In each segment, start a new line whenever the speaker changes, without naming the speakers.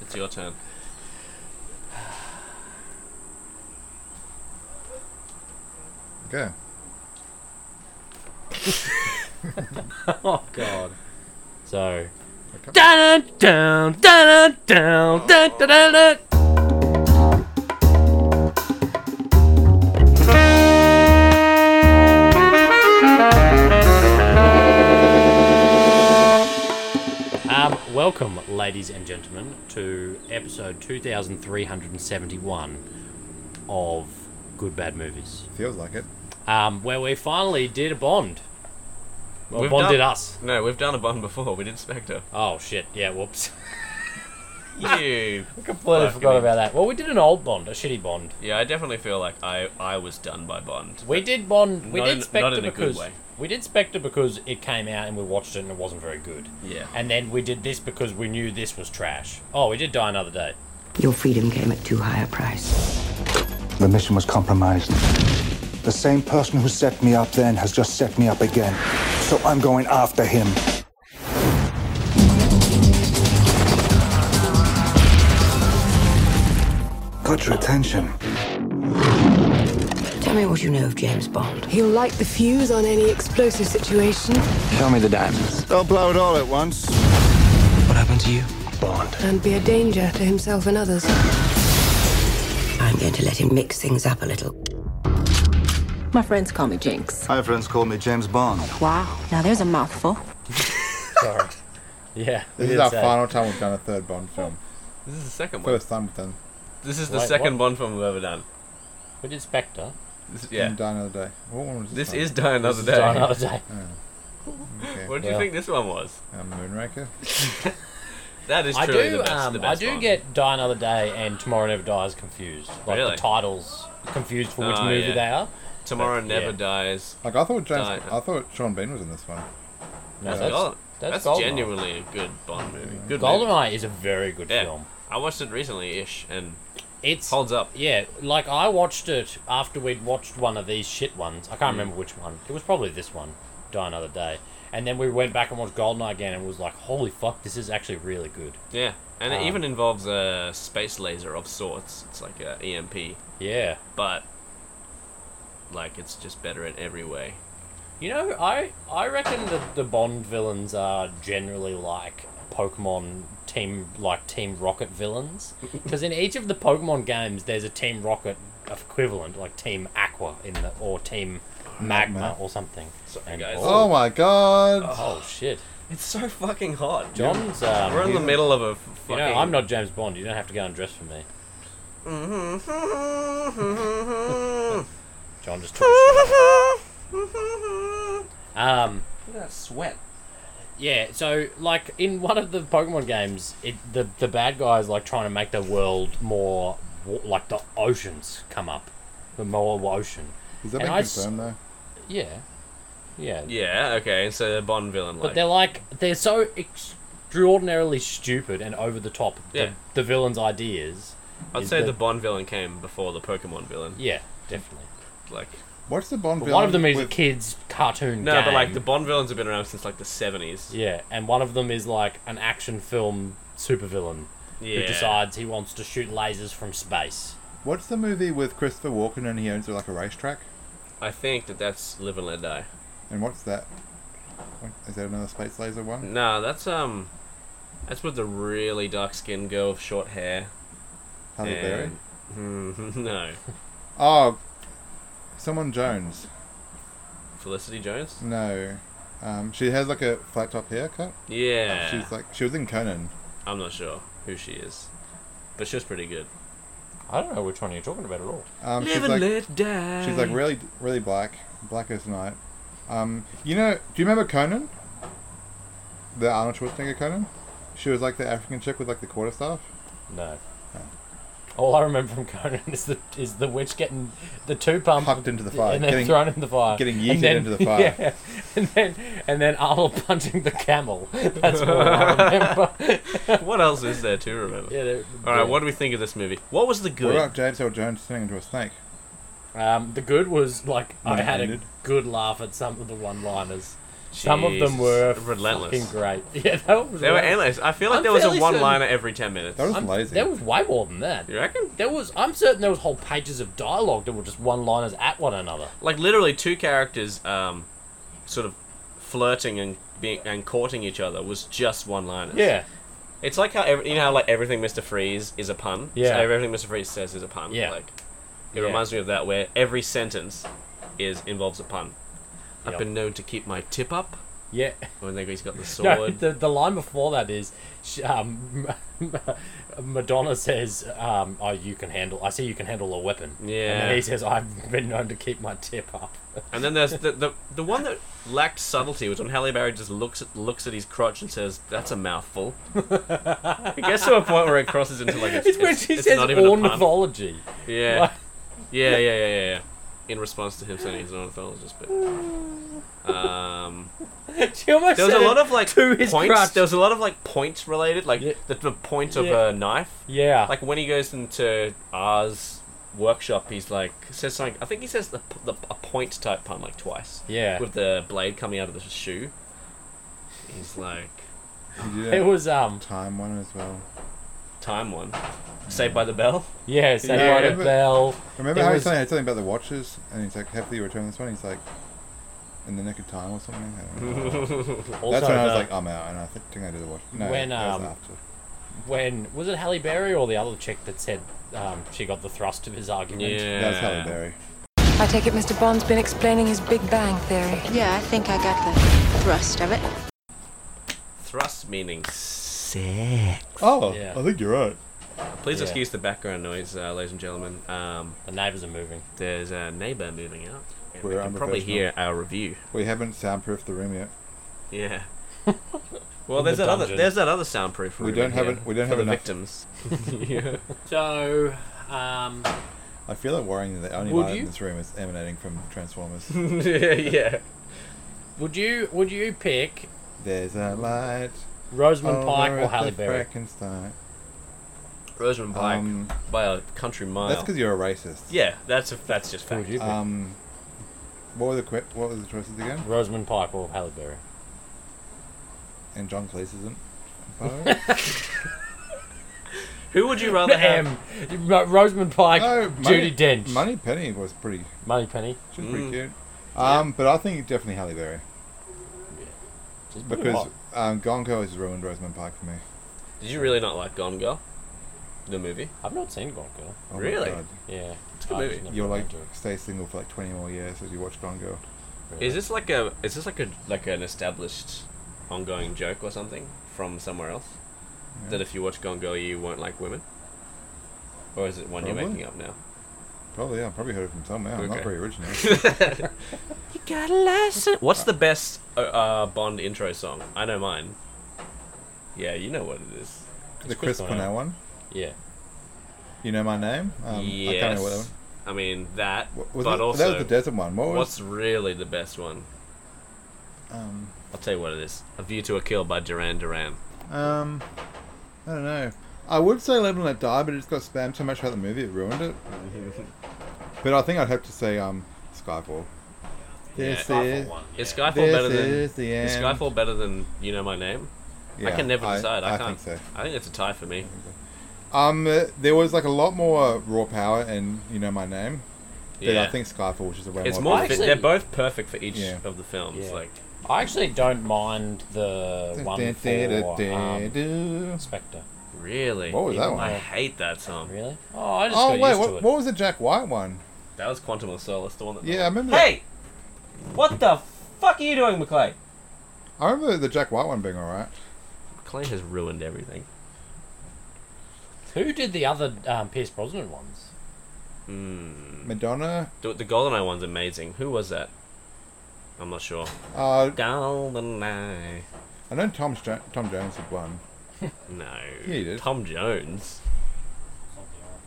It's your turn.
Okay.
Oh god. So.
Okay.
Dun dun dun
Oh.
dun dun dun dun dun. Um, welcome, ladies and gentlemen, to episode 2371 of Good Bad Movies,
Feels like it.
um, where we finally did a Bond. Well,
We've
Bond did
done-
us.
No, we've done a bun before. We did Spectre.
Oh shit! Yeah, whoops.
You.
Completely
Fucking
forgot
hell.
about that. Well, we did an old Bond, a shitty Bond.
yeah, I definitely feel like I I was done by Bond.
We did Bond. We
Not in-
did
not
Spectre
in a good
because
way.
we did Spectre because it came out and we watched it and it wasn't very good.
Yeah.
And then we did this because we knew this was trash. Oh, we did Die Another Day.
Your freedom came at too high a price.
The mission was compromised. The same person who set me up then has just set me up again. So I'm going after him. Got your attention.
Tell me what you know of James Bond.
He'll light the fuse on any explosive situation
Show me the diamonds. Don't blow it all at once. What happened to you? Bond.
and be a danger to himself and others.
I'm going to let him mix things up a little.
My friends call me Jinx.
My friends call me James Bond.
Wow, now there's a mouthful.
Sorry. yeah.
This
we
is
did
our
say-
final time we've done a third Bond film.
This is the second one.
First time we've done.
This is the
Wait,
second
what?
Bond film we've ever done.
We did Spectre.
This,
And
Mm.
yeah.
Die Another Day. What one was this?
This
one?
is Die Another Day.
Die Another Day.
Okay.
What do
Yeah.
you think this one was?
Um, Moonraker.
That is
I
truly
do.
the best.
um,
the best
I do
Bond.
get Die Another Day and Tomorrow Never Dies confused. Like the
Really?
titles confused for which
Oh,
movie
yeah.
they are.
Tomorrow
but,
Never
yeah.
Dies.
Like I thought James.
Die.
I thought Sean Bean was in this one.
No,
That's,
that's,
Gold-
that's
that's,
Goldeneye.
genuinely a good Bond movie. Good movie.
Goldeneye is a very good
Yeah.
film.
I watched it recently ish and
It's
holds up.
Yeah, like I watched it after we'd watched one of these shit ones. I can't
Hmm.
remember which one. It was probably this one, Die Another Day. And then we went back and watched Goldeneye again and was like, holy fuck, this is actually really good.
Yeah. And
Um,
it even involves a space laser of sorts. It's like a EMP,
Yeah.
but like it's just better in every way.
You know, I, I reckon that the Bond villains are generally like Pokemon team, like Team Rocket villains. Because in each of the Pokemon games, there's a Team Rocket equivalent, like Team Aqua in the, or Team Magma
Magma.
or something.
Sorry,
And-
guys.
Oh, my God.
oh shit.
It's so fucking hot.
John's um,
We're in the middle of a f- fucking.
You know, I'm not James Bond. You don't have to go and dress for me. John just took a sip. Um,
Look at that sweat.
yeah, so, like, in one of the Pokemon games, it, the, the bad guys, like, trying to make the world more, wa- like, the oceans come up. The more ocean.
Is that
and
been
I s-
confirmed though?
Yeah. Yeah.
Yeah. Okay. So they're Bond villain
But
like.
they're, like, they're so extraordinarily stupid and over the top.
Yeah.
The, the villain's ideas.
I'd
is
say
that-
the Bond villain came before the Pokemon villain.
Yeah, definitely.
Like.
What's the Bond
But
villain?
one of them is a
with-
kid's cartoon
No, but like
game.
the Bond villains have been around since like the seventies.
Yeah, and one of them is like an action film supervillain who
Yeah.
decides he wants to shoot lasers from space.
What's the movie with Christopher Walken and he owns like a racetrack?
I think that that's Live and Let Die.
And what's that? What- Is that another space laser one?
No, that's um, that's with the really dark skinned girl with short hair.
Halle Berry.
and- Hmm, no,
Oh, someone Jones.
Felicity Jones.
No, um, she has like a flat top haircut.
Yeah,
Oh,
She's like she was in Conan.
I'm not sure who she is, but she was pretty good.
I don't know which one you're talking about at all.
Um, she's
Live
like
and Let Die.
she's like really really black, black as night. Um, you know, do you remember Conan? The Arnold Schwarzenegger Conan. She was like the African chick with like the quarter staff.
No. All I remember from Conan is the is the witch getting the two pump
Hucked into the fire,
and then
getting-
thrown in the fire,
getting
and
yeeted
then-
into the fire.
yeah, and then and then Arnold punching the camel. That's all I remember.
what else is there to remember?
yeah, they're-
All right,
yeah.
what do we think of this movie? What was the
What
good?
about James Earl Jones turning into a snake?
Um, the good was like
When
I
it
had
ended.
a good laugh at some of the one-liners. Some of them
Jesus.
were
Relentless.
fucking great. Yeah, that was
They were
right.
endless. I feel like
I'm
there was a
fairly certain-
one-liner every ten minutes.
That was
I'm,
lazy.
There was way more than that.
You reckon?
There was. I'm certain there was whole pages of dialogue that were just one-liners at one another.
Like literally two characters, um, sort of flirting and being and courting each other was just one-liners.
Yeah.
It's like how every, you know how like everything Mr. Freeze is a pun.
Yeah.
So everything Mr. Freeze says is a pun.
Yeah.
Like it
Yeah.
reminds me of that where every sentence is involves a pun. I've
Yep.
been known to keep my tip up
Yeah.
when they- he's got the sword.
No, the, the line before that is, sh- um, Madonna says, um, "Oh, you can handle. I see you can handle a weapon." And
Yeah.
then he says, "I've been known to keep my tip up."
And then there's the, the the one that lacked subtlety was when Halle Berry just looks at looks at his crotch and says, "That's a mouthful." it gets to a point where it crosses into like it's,
It's when
it's-
she
it's
says
not even a pun.
ornithology.
Yeah. yeah, yeah, yeah, yeah, yeah. In response to him saying he's an ornithologist, but um,
she almost
there was a
said it
lot of like
to his
points.
crotch.
There was a lot of like points related, like
Yeah.
the, the point of
Yeah.
a knife.
yeah.
Like when he goes into R's workshop, he's like says something. I think he says the, the a point type pun like twice.
Yeah.
with the blade coming out of the shoe. He's like
You did
it was um.
time one as well.
time one, Saved by the Bell.
Yeah. Saved
Yeah,
by the
but-
bell.
Remember
There
how
was-
he's saying something about the watches, and he's like, "Happily return this one." He's like, "In the nick of time" or something. I don't know.
Also,
That's when I was
the-
like, "I'm out," and I think I did the watch. No,
When,
that
um,
was after.
when was it Halle Berry or the other chick that said um, she got the thrust of his argument?
That was Halle Berry.
I take it Mr. Bond's been explaining his Big Bang Theory.
Yeah, I think I got the thrust of it.
Thrust meaning.
Oh,
Yeah.
I think you're right.
Please
Yeah.
excuse the background noise, uh, ladies and gentlemen. Um,
The neighbors are moving.
there's a neighbour moving out. And we
We're
can probably
unprofessional.
hear our review.
We haven't soundproofed the room yet.
Yeah. well,
In the
there's that other
dungeon.
there's that other soundproof room.
We don't
in
have
here
it- we don't
for
have
the
enough-
victims. yeah.
So, um,
I feel like worrying that the only
Would
light
you?
in this room is emanating from Transformers.
yeah.
would you would you pick
There's a light.
Rosamund
over
Pike
at
or
the
Halle Berry?
Frankenstein.
Rosamund Pike
Um,
by a country mile.
That's because you're a racist.
yeah, that's a, that's just
Who would
fact.
you pick?
Um, what were the que- what were the choices again?
Rosamund Pike or Halle Berry?
And John Cleese isn't.
Who would you rather have?
Um, Ro- Rosamund Pike, Judy Dench, Money,
Money Penny was pretty.
Penny.
She
Mm.
was pretty cute. Um, but I think definitely Halle Berry
She's pretty
because
hot.
um, Gone Girl has ruined Rosamund Pike for me.
Did you really not like Gone Girl, the movie?
I've not seen Gone Girl.
Oh my
Really?
God.
Yeah, it's
a good movie.
You'll like stay single for like twenty more years as you watch Gone Girl.
Is this like a is this like a like an established ongoing joke or something from somewhere else? That if you watch Gone Girl you won't like women? Or is it one you're
Probably.
making up now?
Probably, yeah, I probably heard it from somewhere. I'm
Okay.
not very original.
You got a lesson. What's the best uh, uh, Bond intro song? I know mine. Yeah, you know what it is.
the
Chris
Chris Cornell
Cornell.
one.
Yeah,
You know my name. Um, I can't remember what that one.
yes. I, mean that,
What, was
but
it-
also
that was the desert one. What was?
what's really the best one?
Um,
I'll tell you what it is. A View to a Kill by Duran Duran.
um, I don't know. I would say Live and Let Die, but it just got spammed so much about the movie it ruined it. but I think I'd have to say um, Skyfall. This
Skyfall
is
one.
Is Skyfall
This
better than
is the
is
end.
Skyfall better than You Know My Name? I
Yeah,
can never decide. I, can't.
think
I think it's a tie for me.
so. Um, uh, there was like a lot more raw power in You Know My Name than
Yeah.
I think Skyfall, which is a way
It's
more.
more.
I
fit-
actually-
they're both perfect for each
Yeah.
of the films.
Yeah.
Like
I actually don't mind the
Dun,
one
dun,
for
dun, dun,
um,
dun.
Spectre.
really.
What was that
I
one?
hate that song.
Really? Oh, I just
Oh
got
wait,
used
what,
to it.
what was the Jack White one?
That was Quantum of Solace, the one that.
Yeah, I remember. that.
Hey, what the fuck are you doing, McClay?
I remember the Jack White one being alright.
McClay has ruined everything.
Who did the other um, Pierce Brosnan ones?
Hmm. Madonna,
The, the Goldeneye one's amazing. Who was that? I'm not sure.
uh,
Goldeneye.
I know Tom Stra- Tom Jones had one.
No.
Yeah, he did.
Tom Jones.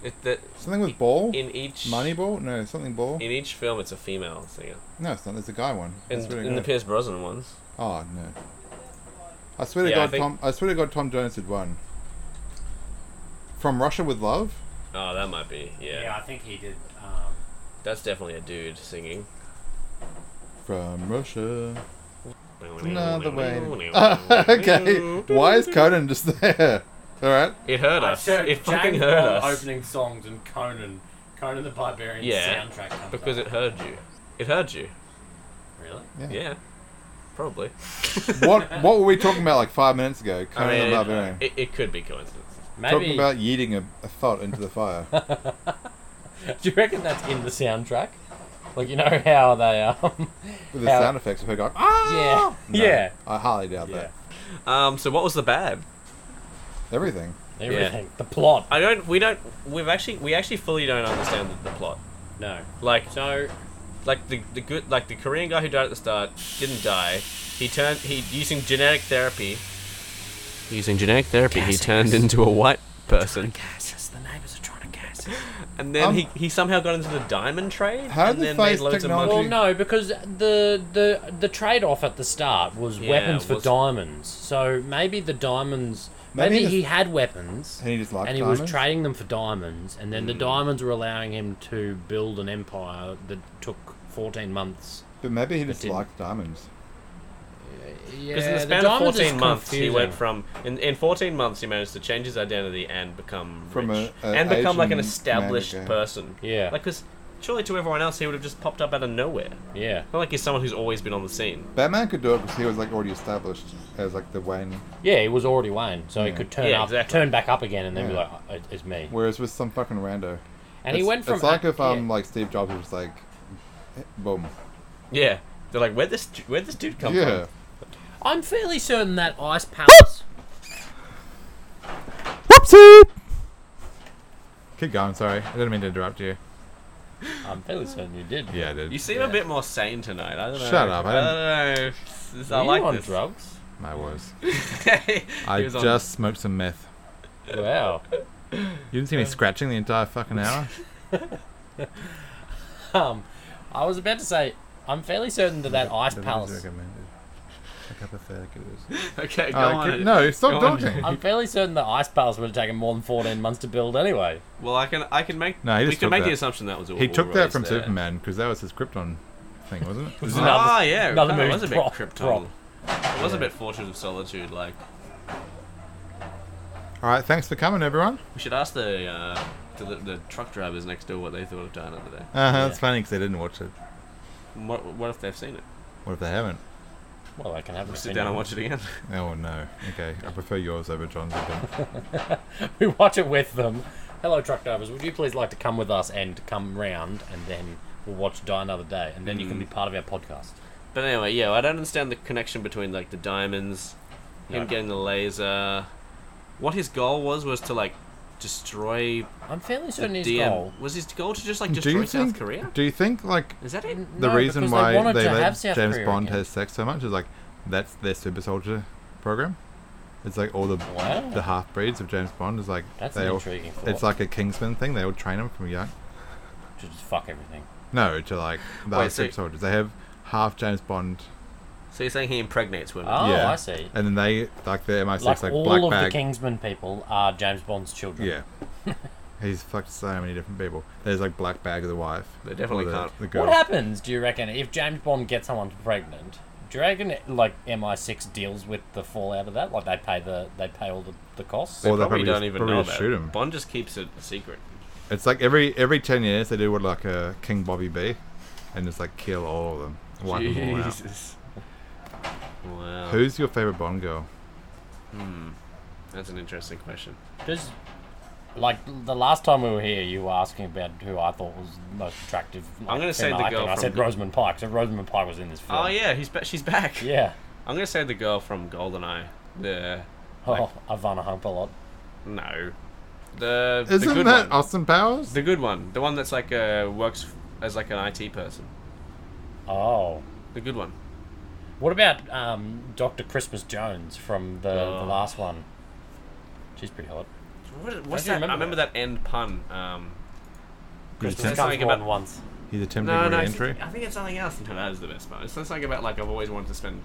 It, that
Something with ball,
in each
Moneyball. No, something ball.
in each film, it's a female singer.
No, it's not. There's a guy one. I
In,
swear to
in the
God.
Pierce Brosnan ones.
oh no. I swear to
Yeah, I
God,
think-
Tom. I swear to God, Tom Jones had one. From Russia with Love.
Oh, that might be. Yeah.
I think he did. Um,
That's definitely a dude singing.
From Russia. Another way. okay. Why is Conan just there? All right.
It hurt
I
us.
searched
It fucking
James
hurt
Bond
us.
Opening songs and Conan, Conan the Barbarian
Yeah,
soundtrack. Comes
because
up.
it hurt you. It hurt you.
really.
Yeah.
Yeah, probably.
What What were we talking about like five minutes ago? Conan
I mean,
the Barbarian.
it, it could be coincidence.
Maybe.
Talking about yeeting a, a thought into the fire.
do you reckon that's in the soundtrack? Like you know how they um.
With the
How-
sound effects of her going, ah!
Yeah.
No,
Yeah.
I highly doubt
Yeah.
that.
Um. So what was the bad?
Everything.
Everything. The plot.
I don't. We don't. We've actually. We actually fully don't understand the, the plot.
No.
Like,
So
like the the good like the Korean guy who died at the start didn't die. He turned he using genetic therapy. Using genetic therapy, he turned into a white person,
gas us. The neighbors are trying to gas us.
and then
Um,
he, he somehow got into the diamond trade,
How
and
did
then
they
made
face
loads
technology?
of
Well,
money.
no, because the the the trade off at the start was
Yeah,
weapons for
was-
diamonds. So maybe the diamonds.
Maybe
Maybe,
the-
he had weapons.
And he just liked
and he was
diamonds?
trading them for diamonds, and then
Hmm.
the diamonds were allowing him to build an empire that took fourteen months.
But maybe he just
didn't.
liked diamonds.
Yeah,
Because in the span of 14 months, he went from in, in 14 months he managed to change his identity and become
From
rich.
a- a
and become like an
Asian
established
man, okay.
person.
Yeah.
like because surely to everyone else he would have just popped up out of nowhere.
yeah,
Not like he's someone who's always been on the scene.
Batman could do it because he was like already established as like the Wayne.
yeah, he was already Wayne, so he
Yeah.
could turn
Yeah,
up,
exactly.
turn back up again, and then be
Yeah.
like, "Oh, it- "It's me."
Whereas with some fucking rando.
And he
It's-
went from
It's like
ac-
if um
yeah.
like Steve Jobs was like, boom.
Yeah, they're like, where this where this dude come from?
Yeah.
I'm fairly certain that Ice Palace.
Whoopsie. Keep going. Sorry, I didn't mean to interrupt you.
I'm fairly certain you did.
Yeah, I did.
You seem a bit more sane tonight. I don't know.
Shut up,
I
I
don't
don't-
know. This- this- I
Were
like
you on
this.
drugs?
I was.
He
I
was on-
just smoked some meth.
Wow.
You didn't see me scratching the entire fucking hour.
Um, I was about to say, I'm fairly certain that that Ice
That is
Palace.
recommended. Look how pathetic it is.
okay, go
Uh,
on.
keep- no, stop
Go on.
talking.
I'm fairly certain that Ice Palace would have taken more than 14 months to build anyway.
Well, I can, I can make.
No, he
we
just
can
took
make the
that.
assumption that was. all
He took that from
there.
Superman because that was his Krypton thing, wasn't it?
was another-
Ah, yeah,
another
kinda
movie
was a bit
prop-
Krypton.
prop.
It was a bit Fortune of Solitude. Like
All right, thanks for coming, everyone.
we should ask the uh, the, the truck drivers next door what they thought of Diana today.
Uh huh. It's funny because they didn't watch it.
What, what if they've seen it?
What if they haven't?
Well, I can have
Sit down and watch it again.
Oh no. Okay, I prefer yours over John's. I think.
We watch it with them. Hello, truck drivers. Would you please like to come with us and come round, and then we'll watch Die Another Day, and then you
Mm.
can be part of our podcast.
But anyway, yeah, I don't understand the connection between like the diamonds, him
No.
getting the laser. What his goal was was to like destroy
I'm fairly
the
certain his
DM.
goal.
Was his goal to just like
do
destroy
you
South
think?
Korea?
Do you think like
Is that it?
the
No,
reason
because
why
they wanted
they
to
let
have South
James
Korea
Bond
again.
has sex so much is like that's their super soldier program. It's like all the
Wow.
the half breeds of James Bond is like
That's
they
an
all,
intriguing
It's
thought.
like a Kingsman thing. They all train them from young.
To just fuck everything.
No, to like the
Wait, so-
super soldiers. They have half James Bond.
So you're saying he impregnates women?
Oh,
yeah,
I see.
And then they like the MI6
Like,
like,
all
black
of
bag.
the Kingsman people are James Bond's children.
Yeah. He's fucked so many different people. There's like black bag of the wife.
They definitely
or the,
can't.
The girl.
What happens, do you reckon, if James Bond gets someone pregnant? Do you reckon like MI6 deals with the fallout of that? Like they pay the they pay all the, the costs?
They
Or they
probably,
probably
don't
just-
even
probably
know
just
about
shoot
it.
him.
Bond just keeps it a secret.
It's like every every ten years they do what like a King Bobby B, and just like kill all of them, wipe them all out.
Jesus. Wow.
Who's your favorite Bond girl?
That's an interesting question.
Does like the last time we were here, you were asking about who I thought was the most attractive. Like,
I'm gonna say
female
the
actor,
girl
and I
from
said
the-
Rosamund Pike. So Rosamund Pike was in this film.
Oh yeah, he's ba- she's back.
Yeah.
I'm gonna say the girl from GoldenEye. The
Oh, Ivana Hump a lot.
no, the the
Isn't
good
that
one.
Austin Powers?
The good one, the one that's like uh, works f- as like an IT person.
Oh.
The good one.
What about um, Doctor Christmas Jones from the,
Oh.
the last one? She's pretty hot.
What, what's
do you
that? I
remember
remember that end pun. Um, Christmas
he's,
Just
attempt-
something
comes more
about-
than once.
he's attempting
no, no, it's-
re-entry.
I think it's something else. No, that is the best part. It's something about like I've always wanted to spend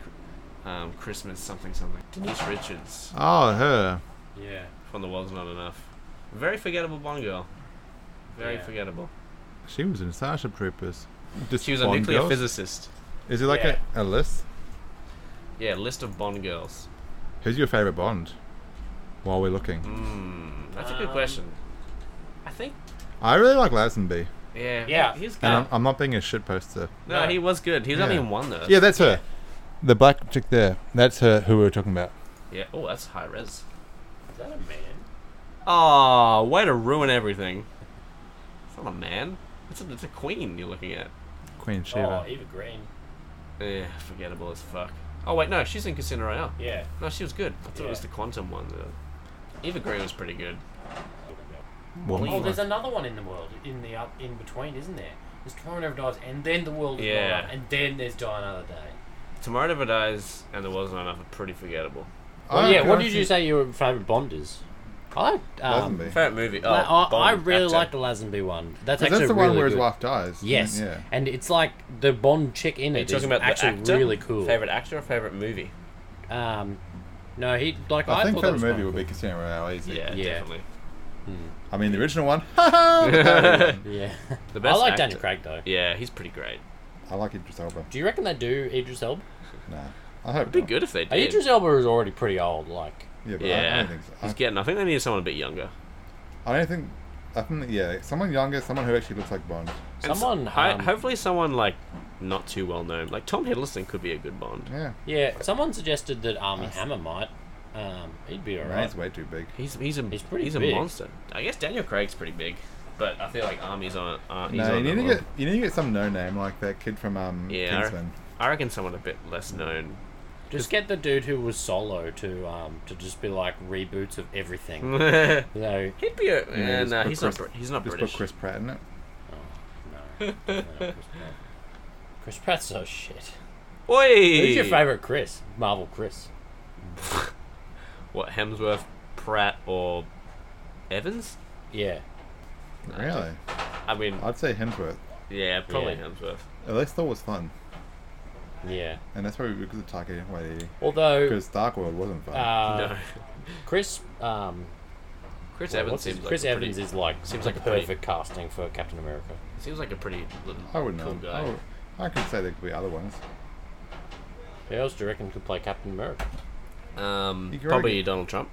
um, Christmas something something. Denise Richards
Oh, her.
Yeah.
from The World's Not Enough. Very forgettable Bond girl. Very
Yeah.
forgettable.
She was in Starship Troopers. Just
She was a
Bond
nuclear
girls?
physicist.
Is it like
Yeah.
a, a list?
Yeah, list of Bond girls.
Who's your favorite Bond? While we're looking,
Mm.
That's a
Um,
good question. I think.
I really like Lazenby,
Yeah.
Yeah.
He's
and
good.
I'm, I'm not being a shit poster.
no, he was good. He's only
Yeah.
in one though.
Yeah, that's her. The black chick there. That's her. Who we were talking about.
Yeah. Oh, that's high res.
Is that a man?
Oh, way to ruin everything. It's not a man. It's a, it's a queen you're looking at.
Queen Shiva.
Oh, Eva Green.
Yeah, forgettable as fuck. Oh wait, no, she's in Casino Royale.
Yeah.
No, she was good. I thought it was
Yeah.
the Quantum one. Though. Eva Green was pretty good.
Well,
Oh, there's another one in the world, in the up, in between, isn't there? There's Tomorrow Never Dies, and then the world is Gone
Yeah.
Up, and then there's Die Another Day.
Tomorrow Never Dies and There Wasn't Enough are pretty forgettable.
I
yeah, what
can't
did you
think-
say your favourite Bond is? I like, um,
Lazenby.
Favorite movie? Oh,
La- I, I
Bond,
really
actor.
like the Lazenby one. That's
'Cause
actually
that's the one
really
where
good.
his wife dies.
Yes,
Yeah.
and it's like the Bond chick in
Are you
it is
talking about the
actually
actor?
really cool.
Favorite actor or favorite movie?
Um, no, he like I,
I, think
thought
favorite
that was
movie
kinda
would be Casino Royale. Easy.
Yeah,
Yeah.
definitely.
I mean, the original one. I
cool. Yeah,
The best
I like
actor.
Daniel Craig though.
Yeah, he's pretty great.
like Idris Elba.
Do you reckon they do Idris Elba?
Nah. I hope
It'd
not.
be good if they
Uh,
did.
Idris Elba is already pretty old. Like,
Yeah, but I, I
Yeah,
don't think so.
he's
I,
getting. I think they needed someone a bit younger.
I don't think. I think yeah, someone younger, someone who actually looks like Bond.
And s-
Someone,
hi-
um,
hopefully, someone like not too well known, like Tom Hiddleston could be a good Bond.
Yeah.
yeah, someone suggested that Army Hammer might. Um, he'd be
Man,
alright.
he's way too big.
He's he's a
He's pretty
he's a
big.
monster. I guess Daniel Craig's pretty big, but I feel like Army's on. Uh, he's
No, you
on
need to
that
get
one.
you need to get some no name like that kid from um
Yeah, I re-
Kingsman.
I reckon someone a bit less known.
Just get the dude who was solo to um to just be like reboots of everything.
He'd
you know,
be a.
Yeah,
eh,
just
nah,
put
he's
Chris-
not. Brit- He's not
Just
British.
put Chris Pratt in it.
no, no, Chris Pratt. Chris Pratt's so shit.
Oi!
Who's your favorite Chris? Marvel Chris.
What Hemsworth, Pratt, or Evans?
Yeah.
Really?
I mean,
I'd say Hemsworth.
yeah, probably
Yeah.
Hemsworth.
At least Thor was fun,
Yeah.
and that's probably because of Taika Waititi.
Although
Because Dark World wasn't fun.
uh,
no,
Chris um
Chris
what's
Evans
his-
seems like
Chris
a pretty,
Evans is like
seems
seems
like
like
a pretty-
perfect casting for Captain America.
seems like a pretty little
I wouldn't
cool
know.
guy.
I, would, I could say there could be other ones.
Who else do you reckon could play Captain America?
Um,
You can
probably
reckon-
Donald Trump.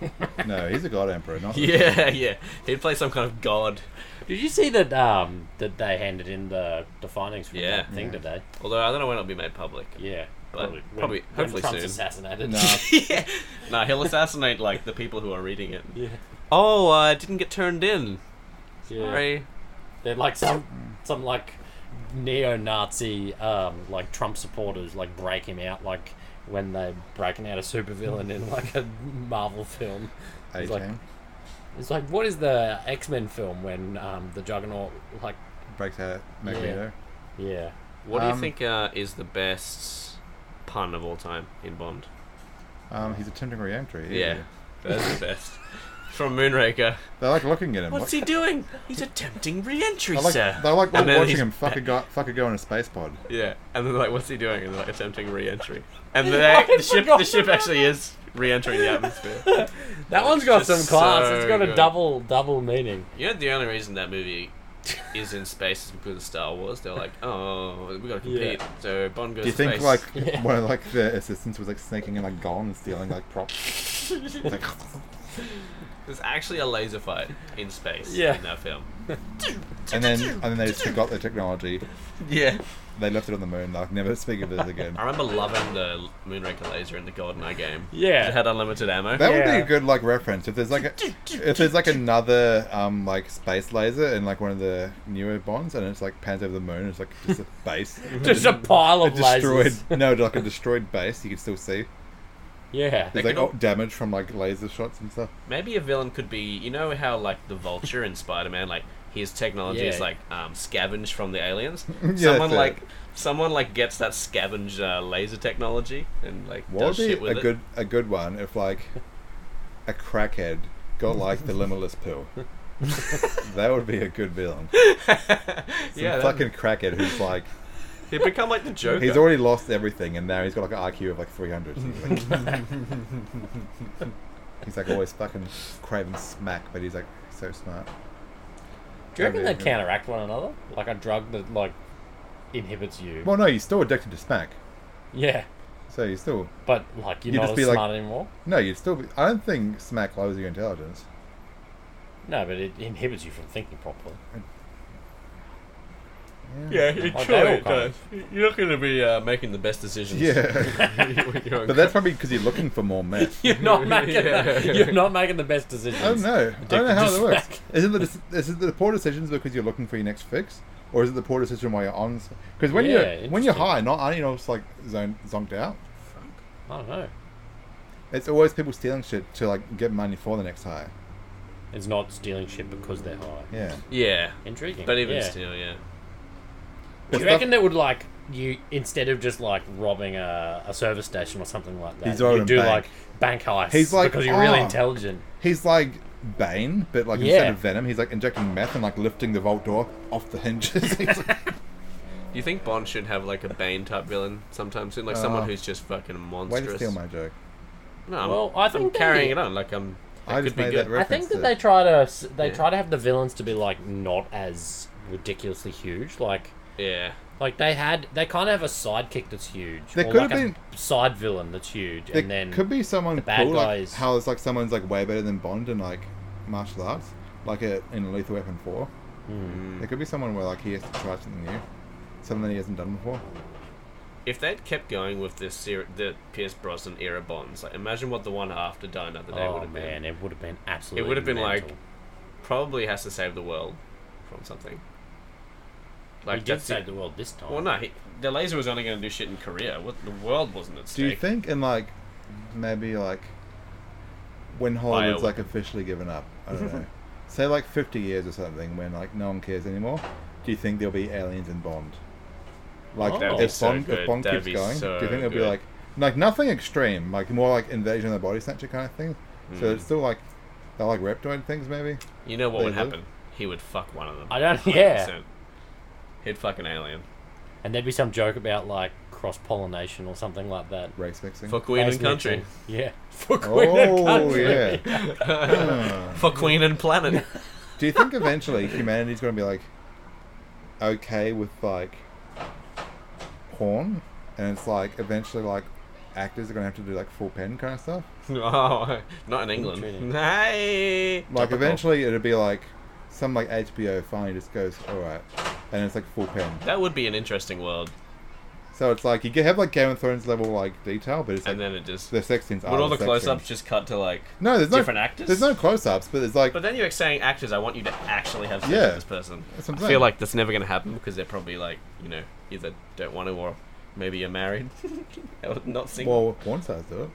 No, he's a god emperor, not
Yeah, yeah. He'd play some kind of god.
Did you see that um that they handed in the, the findings from
Yeah.
that thing today?
Although I don't know when it'll be made public.
Yeah.
But
when-
probably-
when
hopefully
Trump's
soon.
assassinated.
Nah,
yeah. Nah, he'll assassinate like the people who are reading it. Oh, uh, it didn't get turned in.
yeah.
Sorry.
They're like some some like neo-Nazi um, like Trump supporters like break him out like when they're breaking out a supervillain in like a Marvel film.
A
He's like-
team
It's like what is the X Men film when um, the Juggernaut like
breaks out Magneto.
yeah
What do
Um,
you think uh, is the best pun of all time in Bond?
Um, he's attempting re-entry. isn't
Yeah,
he?
that's the best. From Moonraker.
They like looking at him.
What's he doing? He's attempting re-entry,
They like,
sir.
they like
And then
watching
he's-
him fuck a, guy, fuck a girl in a space pod.
Yeah, and then like, what's he doing? And they're like attempting re-entry, and the, the ship, the
forgot
ship
about
actually is re-entering the atmosphere.
that one's got
just
some class.
so
it's got
good.
a double double meaning.
You know, the only reason that movie is in space is because of Star Wars. They're like, oh, we gotta compete. So Bond goes.
Do you
to
think
space.
like one of like the assistants was like sneaking in like gold and stealing like props? It's like,
there's actually a laser fight in space?
Yeah.
in that film.
and then and then they just forgot the technology.
Yeah,
They left it on the moon. Like never speak of it again.
I remember loving the Moonraker laser in the GoldenEye game.
Yeah.
it had unlimited ammo.
That would be
Yeah.
a good like reference if there's like a, if there's like another um like space laser in like one of the newer bonds and it's like pans over the moon. And it's like just a base,
Just a pile
a
of
destroyed
lasers.
no like a destroyed base. You can still see
Yeah.
there's
They
like
could al-
oh, damage from like laser shots and stuff.
Maybe a villain could be, you know how like the Vulture in Spider-Man, like his technology is
Yeah.
like um, scavenged from the aliens.
Yeah,
someone
that's it.
like someone like gets that scavenge uh, laser technology and like
What
does
would be
shit with
a
it.
good a good one if like a crackhead got like the limitless pill? that would be a good villain. Some
yeah, that'd-
fucking crackhead who's like
he'd become like the Joker.
he's already lost everything and now he's got like an IQ of like three hundred. he's like always fucking craving smack, but he's like so smart.
Do you reckon they
That'd be a good-
counteract one another? Like a drug that like inhibits you.
Well, no, he's still addicted to smack.
Yeah.
So you still
But like you're
You'd
not
just
as
be like-
smart anymore.
no, you'd still be. I don't think smack lowers your intelligence.
No, but it inhibits you from thinking properly.
Yeah, it
Oh,
sure
they all
it
kind
does.
of-
You're not going to be uh, making the best decisions.
Yeah,
when you're on
but that's probably because you're looking for more meth.
You're not making
Yeah.
the, you're not making the best
I don't
decisions.
know. I don't know how that
Addicted to
works.
smack.
Is it the dec- is it the poor decisions because you're looking for your next fix, or is it the poor decision while you're on? Because when
Yeah,
you're when you're
interesting.
high, not aren't you know it's like zoned, zonked out.
I don't know.
It's always people stealing shit to like get money for the next high.
It's not stealing shit because they're high.
Yeah,
Yeah,
Intriguing.
but even
yeah.
still, yeah.
Do
But
you
stuff-
reckon that would like you instead of just like robbing a, a service station or something like that?
He's robbing
you do
bank.
like bank heists.
He's like,
because you're really
"Ah."
intelligent.
he's like Bane, but like instead
Yeah.
of venom, he's like injecting meth and like lifting the vault door off the hinges. He's like-
Do you think Bond should have like a Bane type villain sometime soon, like someone
Uh,
who's just fucking
way
monstrous?
to steal my joke.
No, I'm,
Well, I
I'm
think they-
carrying it on. Like I'm. That
I
could
just
be
made
good.
that
I
reference.
think that
to-
they try to s- they
Yeah.
try to have the villains to be like not as ridiculously huge. Like
Yeah.
like they had they kind of have a sidekick that's huge.
There
or
could
like
have
a
been-
side villain that's huge,
There
and then
could be someone
bad
cool,
guys-
like how it's like someone's like way better than Bond in like martial arts, like a, in Lethal Weapon Four.
Hmm.
Mm. There could be someone where like he has to try something new, something that he hasn't done before.
If they'd kept going with this, ser- the Pierce Brosnan era Bonds, like imagine what the one after Die Another Day would
oh
have been.
man, it would have been absolutely.
would've been, like,
mental.
Probably has to save the world from something. Like
we did
that's
save
the.
the world this time.
Well, no, he, the laser was only going to do shit in Korea. What the world wasn't at
Do
stake.
you think in like maybe like when Hollywood's like officially given up? I don't know. Say like fifty years or something when like no one cares anymore. Do you think there'll be aliens in Bond? Like
That'd be
if
so
Bond
good.
if Bond
That'd
keeps
be
going, do
so
you think there'll be
good.
like like nothing extreme, like more like invasion of the body snatcher kind of thing?
Hmm.
So it's still like they're like reptoid things maybe.
You know what
They
would
would.
happen? He would fuck one of them.
I don't. Yeah,
100%. He'd fuck an alien.
and there'd be some joke about like cross pollination or something like that.
Race mixing.
For Queen and
Basically,
country.
Yeah. For Queen and
Oh
country.
yeah.
For Queen and planet.
Do you think eventually humanity's going to be like okay with like porn, and it's like eventually like actors are going to have to do like full pen kind of stuff?
oh, not in England. Hey.
Like eventually it'll be like some like HBO finally just goes all right, and it's like full pen.
That would be an interesting world.
So it's like you can have like Game of Thrones level like detail, but it's like
And then it just.
the sex scenes.
Would all the close ups just cut to like.
No, there's no
different actors?
There's no close ups, but there's like
But then you're saying actors, I want you to actually have sex
Yeah,
with this person.
that's
I
what I'm
feel
saying.
like that's never going to happen because they're probably like, you know, either don't want to or maybe you're married. or not single.
well, porn stars do it.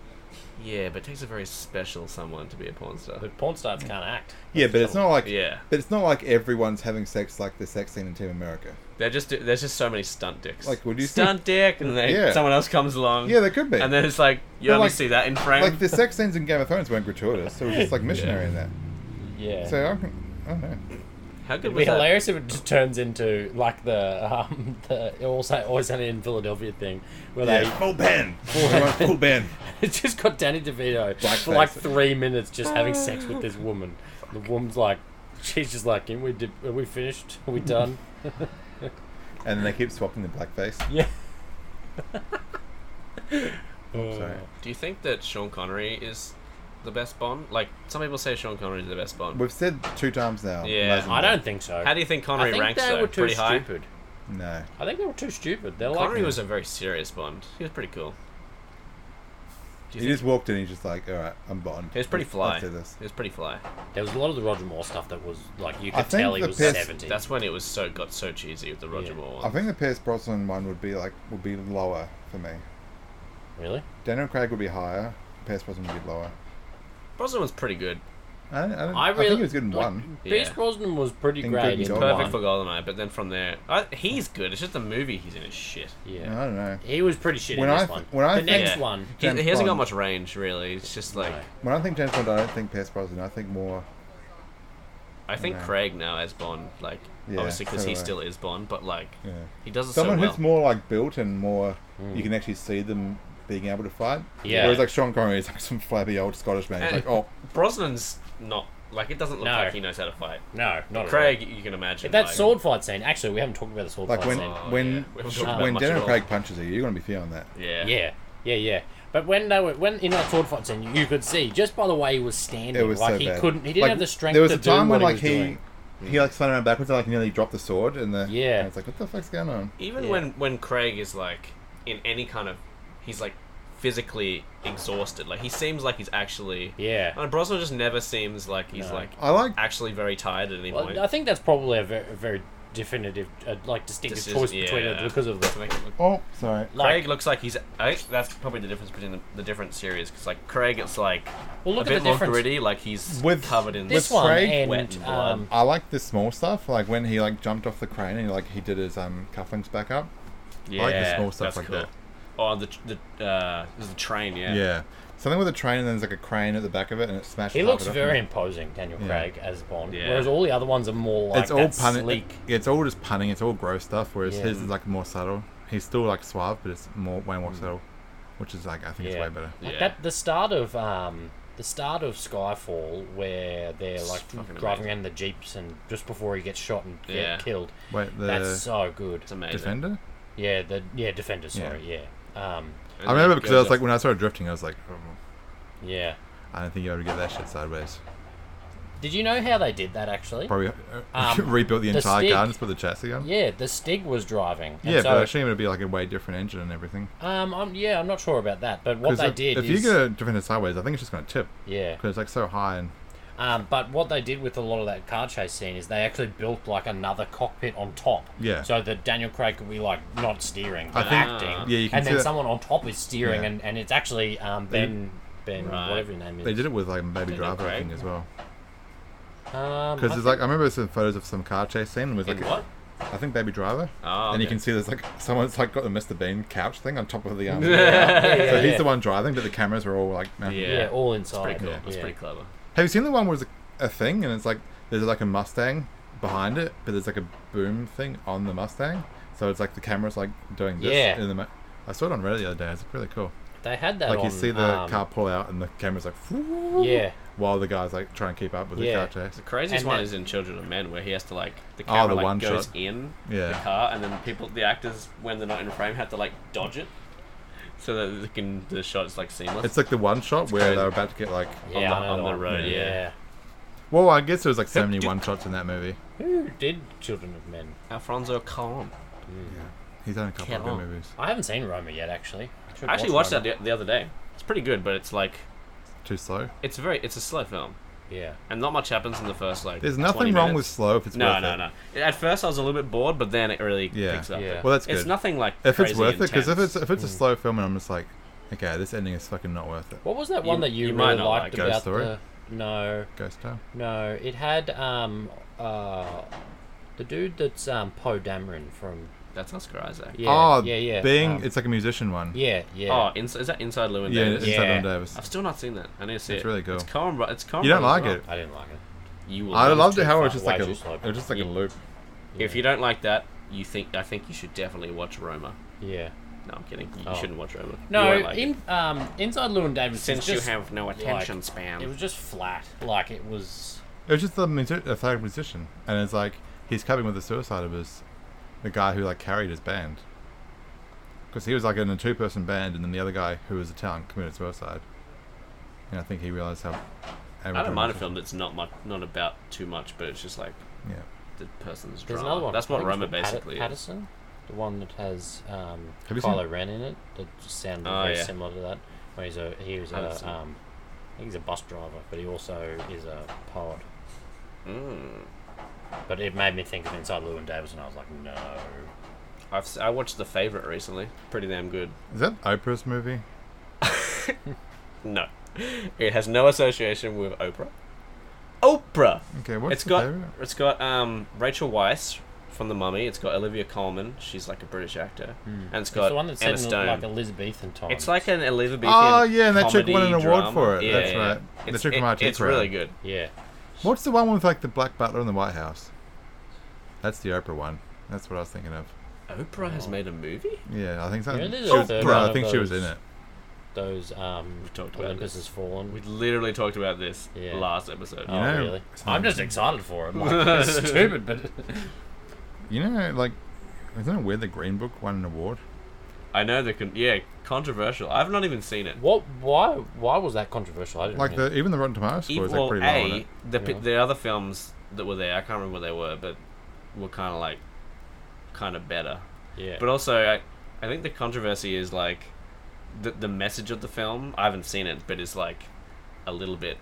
yeah, but it takes a very special someone to be a porn star.
But porn stars can't act.
Yeah, but it's not like
Yeah.
but it's not like everyone's having sex like the sex scene in Team America.
They're just there's just so many stunt dicks.
Like, would you see-
stunt dick, and then
Yeah.
someone else comes along.
Yeah, they could be.
And then it's like you
They're
only
like-
see that in
Um,
frame.
like the sex scenes in Game of Thrones weren't gratuitous. They were just like missionary in that.
Yeah.
So I, can, I don't know.
How good
It'd be
was that?
hilarious if it just turns into like the um the also always only in Philadelphia thing where
full Ben, full, everyone full Ben.
they it just got Danny DeVito for
Blackface.
like three minutes just having sex
Ah.
with this woman. The woman's like, she's just like, "Are we did, are we finished? Are we done?"
And then they keep swapping the blackface.
yeah. Oh.
Sorry.
Do you think that Sean Connery is the best Bond? Like some people say Sean Connery is the best Bond.
We've said two times now.
Yeah,
Mazen
I
Bond.
don't think so.
How do you think
I
Connery
think
ranks
they
though?
were too
Pretty high.
stupid.
No.
I think they were too stupid. They're like,
Connery was a very serious Bond. He was pretty cool. Do
He
you think-
just walked in. He's just like, all right, I'm Bond.
He was pretty
Let's-
fly.
Let's do this.
He was pretty fly.
There was a lot of the Roger Moore stuff that was like you could
I think
tell he
the
was
piss-
seventy.
That's when it was so got so cheesy with the Roger
Yeah.
Moore.
I
One.
think the Pierce Brosnan one would be like would be lower for me.
really.
Daniel Craig would be higher. Pierce Brosnan would be lower.
Brosnan was pretty good.
I, don't, I, don't,
I
I,
really
think he was good in
like,
one.
Pierce
Yeah.
Brosnan was pretty
In
great.
Good
in
Dog.
Perfect
one.
for Goldeneye, but then from there, I, he's good. It's just the movie he's in is shit.
Yeah.
I don't know.
He was pretty shit
When
in
I
this
th-
one.
when I think-
the next
Yeah.
one.
He, he
James
hasn't got
Bond.
much range, really. It's just like
When I think James Bond, I don't think Pierce Brosnan. I think more.
I think Craig now as Bond, like
Yeah,
obviously 'cause obviously because
so
he
do I.
still is Bond, but like
Yeah.
he does it
Someone
so well. Hmm.
who's more like built and more, you can actually see them being able to fight.
Yeah.
Whereas like Sean Connery is like some flabby old Scottish man. He's
And-
like, oh,
Brosnan's not like it doesn't look
No.
like he knows how to fight.
No, not
Craig, you can imagine
At all. That
like,
sword fight scene. Actually, we haven't talked about the sword
like
fight
when
scene.
Oh, yeah.
when
We haven't talked about
when
much
Daniel
at all.
Craig punches you, you're gonna be feeling that.
Yeah,
Yeah. Yeah, yeah. But when they were when in that sword fight scene, you could see just by the way he was standing,
It was
like
so
he
bad.
couldn't, he didn't
Like,
have the strength.
There was
to
a time
do
when
what
like
he, was
he
doing.
he like spun around backwards and like nearly dropped the sword and the
Yeah.
and it's like what the fuck's going on?
Even
Yeah.
when when Craig is like in any kind of, he's like physically exhausted. Like he seems like he's actually.
Yeah.
And Brosnan just never seems like he's
No.
like
I like
actually very tired at any point.
Well, I think that's probably a very, a very definitive, uh, like distinctive
Decision-
choice between
yeah.
it because of
To
the
make it look-
Oh, sorry.
Craig
like.
looks like he's. I think that's probably the difference between the, the different series. Because like Craig, it's like
Well, look
a
at
bit
the
more
difference.
gritty. Like he's
With-
covered in
This
With
one
Craig,
and
wet and blood.
um,
I like the small stuff, like when he like jumped off the crane and like he did his um cufflinks back up.
Yeah,
like the small stuff
that's
like that.
Oh, the the uh, there's the train. Yeah.
Something with a train and then there's like a crane at the back of it and it smashed.
he
half
looks
it off.
very imposing, Daniel Craig as Bond.
Yeah.
Whereas all the other ones are more like
it's all
that
punning.
sleek.
It's all just punning. It's all gross stuff. Whereas
Yeah.
his is like more subtle. He's still like suave, but it's more way more subtle, which is like I think it's
Mm. Yeah.
way better.
Like
Yeah.
that, the start of um, the start of Skyfall, where they're like
fucking
driving
amazing.
around in the jeeps, and just before he gets shot and get
Yeah.
killed,
Wait, the
that's so good.
It's amazing.
defender.
Yeah, the yeah defender. Sorry, yeah, Um,
And
I
then
remember
it
because I
goes
was like
off-
when I started drifting, I was like, oh,
yeah.
I don't think you ever get that shit sideways.
Did you know how they did that actually?
Probably uh,
Um,
rebuilt the
the
entire
stick-
car and just put the chassis on.
Yeah, the Stig was driving. And
Yeah,
so,
but I assume it'd be like a way different engine and everything.
um, I'm, yeah, I'm not sure about that, but what
'Cause
they
if,
did
if
is,
you get a defender sideways, I think it's just going to tip
yeah,
because it's like so high and
um, but what they did with a lot of that car chase scene is they actually built like another cockpit on top.
Yeah.
So that Daniel Craig could be like not steering, but
think-
acting.
yeah, you can
and
see
then
that-
someone on top is steering,
Yeah.
and, and it's actually um, Ben Ben
Right.
whatever your name is.
they did it with like Baby
Did it
Driver I
Craig?
think as well.
Um,
Because
I
there's like I remember some photos of some car chase scene with like
In what?
I think Baby Driver.
Ah,
Oh,
And you
okay.
can see there's like someone's like got the Mr. Bean couch thing on top of the um.
think- yeah,
so
yeah.
he's the one driving, but the cameras are all like. mounted.
Yeah.
Oh, yeah, all inside.
Pretty cool.
Yeah.
That's pretty clever.
Have you seen the one where it's a, a thing and it's like there's like a Mustang behind it, but there's like a boom thing on the Mustang, so it's like the camera's like doing this.
Yeah.
In the mu- I saw it on Reddit the other day. It's really cool.
They had that.
Like
on,
you see the
um,
car pull out and the camera's like.
Yeah.
While the guy's like trying to keep up with
Yeah.
the car chase.
The craziest
And
one
that-
is in Children of Men, where he has to like the
Oh,
camera
the
like
one
goes
shot.
in the
Yeah.
car, and then people, the actors, when they're not in frame, have to like dodge it, so that they can the shot's like seamless.
It's like the one shot where they're about to get like.
Yeah,
the-
I know
on
that
the
one.
road, yeah.
Well, I guess there was like so many one shots in that movie.
Who did Children of Men?
Alfonso Cuarón.
He's done a couple of
Can't
good
lie.
movies.
I haven't seen Roma yet, actually. Should
I actually watched that
Roma.
the, the other day. It's pretty good, but it's like
Too slow.
it's very it's a slow film,
Yeah.
and not much happens in the first like.
There's
20
nothing wrong with
minutes.
slow if it's
No,
worth
no,
it.
no. At first, I was a little bit bored, but then it really
Yeah.
picks up.
Yeah.
Well, that's good.
It's nothing like
if it's
crazy
worth it, because if
intense. Hmm.
it's if it's a slow film and I'm just like, okay, this ending is fucking not worth it.
What was that one that you,
you might
really
not
liked
like it.
about
Ghost Story?
the? No,
Ghost Town.
no. It had um uh the dude that's um Poe Dameron from
that's Oscar Isaac.
yeah
oh,
yeah yeah
Being
um,
it's like a musician one.
yeah
Oh,
yeah
ins- is that Inside Llewyn
yeah,
Davis?
it's
Yeah.
Adam Davis.
I've still not seen that. I need to see
It's
it.
really cool.
It's Coen Bro- It's Coen
You don't
Brothers
like
as
it?
I didn't like it.
well. You will.
I
love
loved
too
it how it was
far-
just like
way
a
too
it
slow.
was just like a
You-
loop.
If you don't like that, you think I think you should definitely watch Roma.
Yeah.
No, I'm kidding. You
Oh.
shouldn't watch Roma. You
No,
won't like
in
it.
um inside Llewyn Davis is
since you
just,
have no
like,
attention span.
It was just flat. Like it was.
It was just a, music- a third musician, and it's like he's coping with the suicide of his the guy who like carried his band. Because he was like in a two person band, and then the other guy who was a talent committed suicide. And I think he realized how.
I don't mind a film that's not much, not about too much, but it's just like
Yeah.
the person's
There's
drama.
another one.
That's
I
what
think it's
Roma
called Pat-
basically is.
Patterson, the one that has um,
Have you seen
Kylo
it?
Ren in it. That just sounded
Oh,
very
yeah.
similar to that. Where he's a he was
Patterson.
a um, I think he's a bus driver, but he also is a poet.
Hmm.
But it made me think of Inside Llewyn Davis, and I was like, no.
I've s- I watched The Favorite recently. Pretty damn good.
Is that Oprah's movie?
No, it has no association with Oprah. Oprah.
Okay, what's
it's
the
got
favorite?
it's got um, Rachel Weisz from The Mummy. It's got Olivia Colman. She's like a British actor,
Hmm.
and it's
It's
got
the one that's
Emma
set in
Stone.
like Elizabethan time.
it's like an Elizabethan.
Oh, yeah, and that chick won an
comedy
award
drama.
for it.
Yeah,
That's
yeah.
right. The
It's,
chick from
it,
IT
it's
crowd.
really good.
yeah,
What's the one with like the black butler in the White House? That's the Oprah one. That's what I was thinking of.
Oprah has made a movie.
Yeah, I think so.
Yeah, there's a third one
Oprah, I
of
think she was in
those.
it.
those um,
talked about
Olympus
this.
has fallen.
We literally talked about this
Yeah.
last episode.
oh,
know,
really?
it's
I'm
not-
just excited for it. Like, it's stupid, but
You know, like, isn't it weird the Green Book won an award?
I know the con- yeah controversial. I've not even seen it.
What? Why? Why was that controversial? I didn't
Like
hear.
the even the Rotten Tomatoes
E-
score is like
well,
pretty low. on
a
it.
the pi the other films that were there, I can't remember what they were, but were kind of like kind of better.
yeah.
But also, I, I think the controversy is like the the message of the film. I haven't seen it, but it's like a little bit.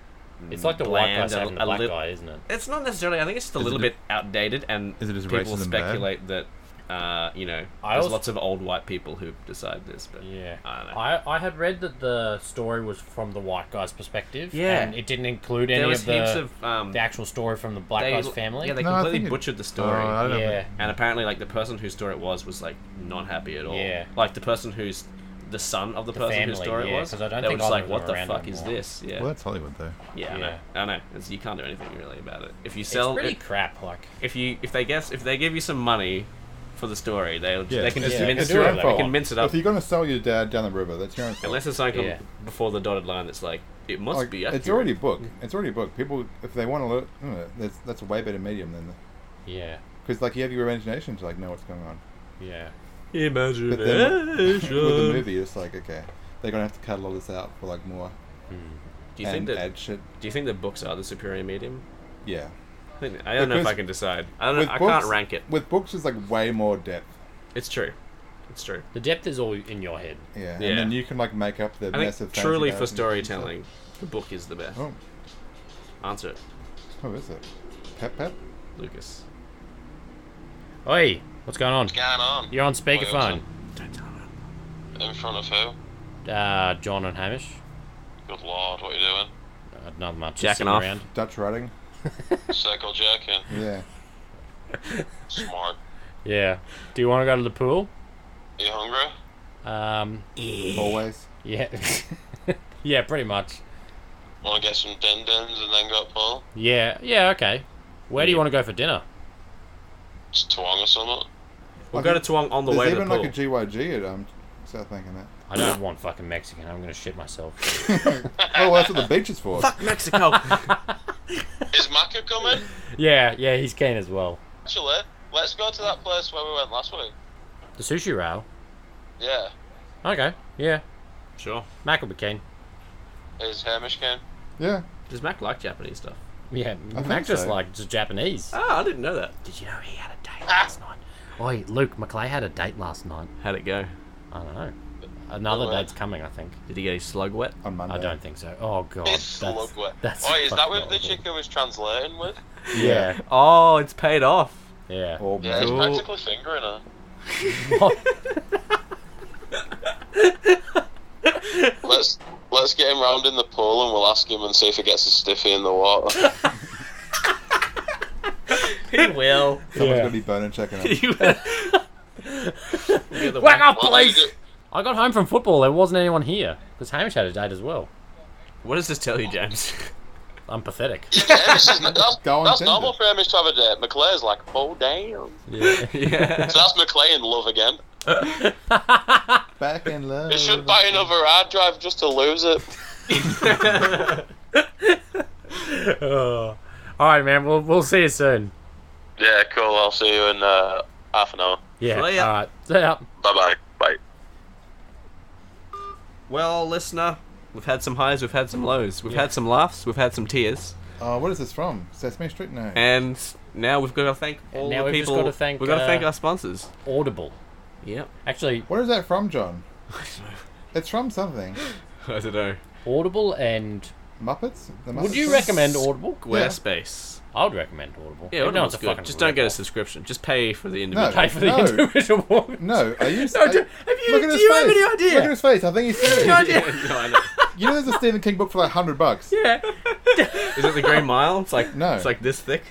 it's like the white guy
bland,
saving the
a
black
lit-
guy, isn't it?
It's not necessarily. I think it's just a
Is
little
it-
bit outdated, and
is it just
people
racism bad?
speculate that uh, you know
I
there's
also-
lots of old white people who decide this. But
Yeah.
I don't know.
I, I had read that the story was from the white guy's perspective.
Yeah.
And it didn't include any
there was
of the,
heaps of um,
the actual story from the black
they-
guy's family.
Yeah, they
No, I
completely
think it-
butchered the story.
Oh, I don't know.
yeah.
And apparently, like the person whose story it was was like not happy at all.
Yeah.
Like the person who's the son of the,
The
person whose
family,
story
yeah,
it was.
'cause I don't
they
think
were just
either
like,
of
"What
them
the
are around
fuck is
anymore."
this?" Yeah.
Well, that's Hollywood though.
yeah,
Yeah.
I know. I know. It's, you can't do anything really about it. If you
It's
sell,
pretty
if,
crap. Like,
if you if they guess if they give you some money for the story, they will
Yeah.
they can just
Yeah.
mince
It's
it
your
up.
own
They
fault.
can mince it up.
If you're gonna sell your dad down the river, that's your own fault.
Unless it's like a-
Yeah.
before the dotted line, that's like it must
Like,
be.
it's
accurate.
already booked. It's already booked. People, if they want to look, you know, that's that's a way better medium than
yeah.
because like you have your imagination to like know what's going on.
Yeah.
But then with the movie, it's like okay, they're gonna have to cut all this out for like more
Do you think
and
that?
add shit.
Do you think that books are the superior medium?
Yeah,
I, think, I don't know if
Because
I can decide. I don't. Know, I
books-
can't rank it.
With books, is like way more depth.
It's true. It's true.
The depth is all in your head.
Yeah,
Yeah.
and then you can like make up the
I
massive.
think truly for
fantasy narratives and
storytelling, the book is the best.
stuff.
Answer it,
Oh, who is it? Pep Pep.
Lucas.
Oi, what's going on?
going on?
You're on speakerphone.
Don't tell her.
In front of who?
Uh, John and Hamish.
Good lord, what are you doing?
Uh, not much. just
Jacking
sitting
off.
around.
Dutch writing.
Circle jerking.
Yeah.
Smart.
Yeah. Do you want to go to the pool?
Are you hungry?
Um,
Always.
yeah. yeah, pretty much.
Want to get some din dins and then go up pool?
Yeah. Yeah, okay. Where do you want to go for dinner?
It's Twang or something.
We'll
I
go to
think
Tuong on the
There's
way to the
even
pool.
like a GYG at um, South Bank and that.
I don't want fucking Mexican. I'm going to shit myself.
Oh, well, that's what the beach is for.
Fuck Mexico.
Is Maka coming?
yeah, yeah, he's keen as well.
Actually, let's go to that place where we went last week.
The sushi rail.
Yeah.
Okay. Yeah.
sure.
Mac will be keen.
Is Hamish Ken?
Yeah.
Does Mac like Japanese stuff?
Yeah,
think
Mac just
so.
like just Japanese.
Ah, I didn't know that.
Did you know he had a date last night? Oi, Luke McClay had a date last night.
How'd it go?
I don't know. Another
Alright.
date's coming, I think.
Did he get his slug wet?
On Monday.
I don't think so. Oh god,
It's
that's,
Slugway.
that's
Oh, is that
fucking
with the
awful.
chick who was translating with?
Yeah,
Oh, it's paid off.
yeah.
Or
Yeah, he's
Cool.
practically fingering her. Let's let's get him round in the pool and we'll ask him and see if he gets a stiffy in the water.
He will.
someone's gonna be burning checking it.
He will.
Whack up,
What is
please!
it-
I got home from football. There wasn't anyone here because Hamish had a date as well.
What does this tell you, James?
I'm pathetic.
Hamish is- that's
Go on
that's
Tinder.
normal for Hamish to have a date. McClare's like, oh damn.
Yeah.
yeah.
So that's McClay in love again.
Back in love.
He should buy another hard drive just to lose it.
Oh. All right, man. We'll we'll see you soon.
Yeah, cool. I'll see you in uh, half an hour.
Yeah.
See ya.
All right. See ya.
Bye bye. Bye.
well, listener, we've had some highs, we've had some lows, we've had some laughs, we've had some tears,
Oh, what is this from? Sesame Street? No.
Eh.
and now we've got to thank all
now
the
we've just
people.
gotta thank,
we've got to
uh,
thank our sponsors.
Audible.
Yep.
Actually,
Where is that from, John? it's from something.
I don't know.
Audible and
Muppets? The Muppets
would you
song?
recommend Audible?
Squarespace.
I would recommend Audible.
Yeah,
no,
Audible's
it's a
good.
fucking
Just don't get a
rip-off.
subscription. Just pay for the individual.
pay for the
No.
individual one.
No, are you? are-
No, do- have you-
look at
do
his
you have
face.
any idea?
Look at his face. I think he's serious.
Yeah, no, I know.
you know, there's a Stephen King book for like hundred bucks. Yeah.
Is it the Green Mile? It's like
No.
It's like this thick.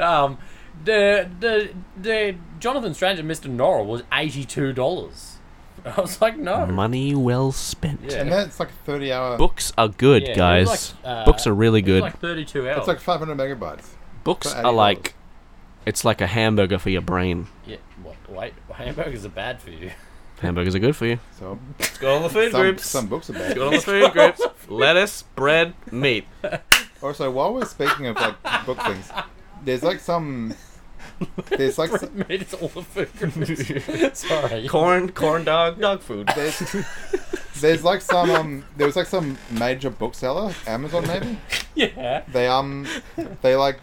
Um, the the the Jonathan Strange and Mr. Norrell was eighty two dollars. I was like, no.
Money well spent.
Yeah.
And that's like a thirty-hour.
Books are good,
Yeah, it was
guys.
like, uh,
Books are really
It was
good.
Like thirty two hours.
It's like five hundred megabytes.
Books
for
are like,
$80.
it's like a hamburger for your brain.
yeah, what, wait, hamburgers are bad for you.
Hamburgers are good for you.
So
It's got all the food
some, some books are bad.
got all the food groups. Lettuce, bread, meat.
Also, while we're speaking of like book things, there's like some There's like s-
made it's all the food. Sorry.
Corn, corn dog, dog food.
there's, there's like some um there was like some major bookseller, Amazon maybe.
Yeah.
They um they like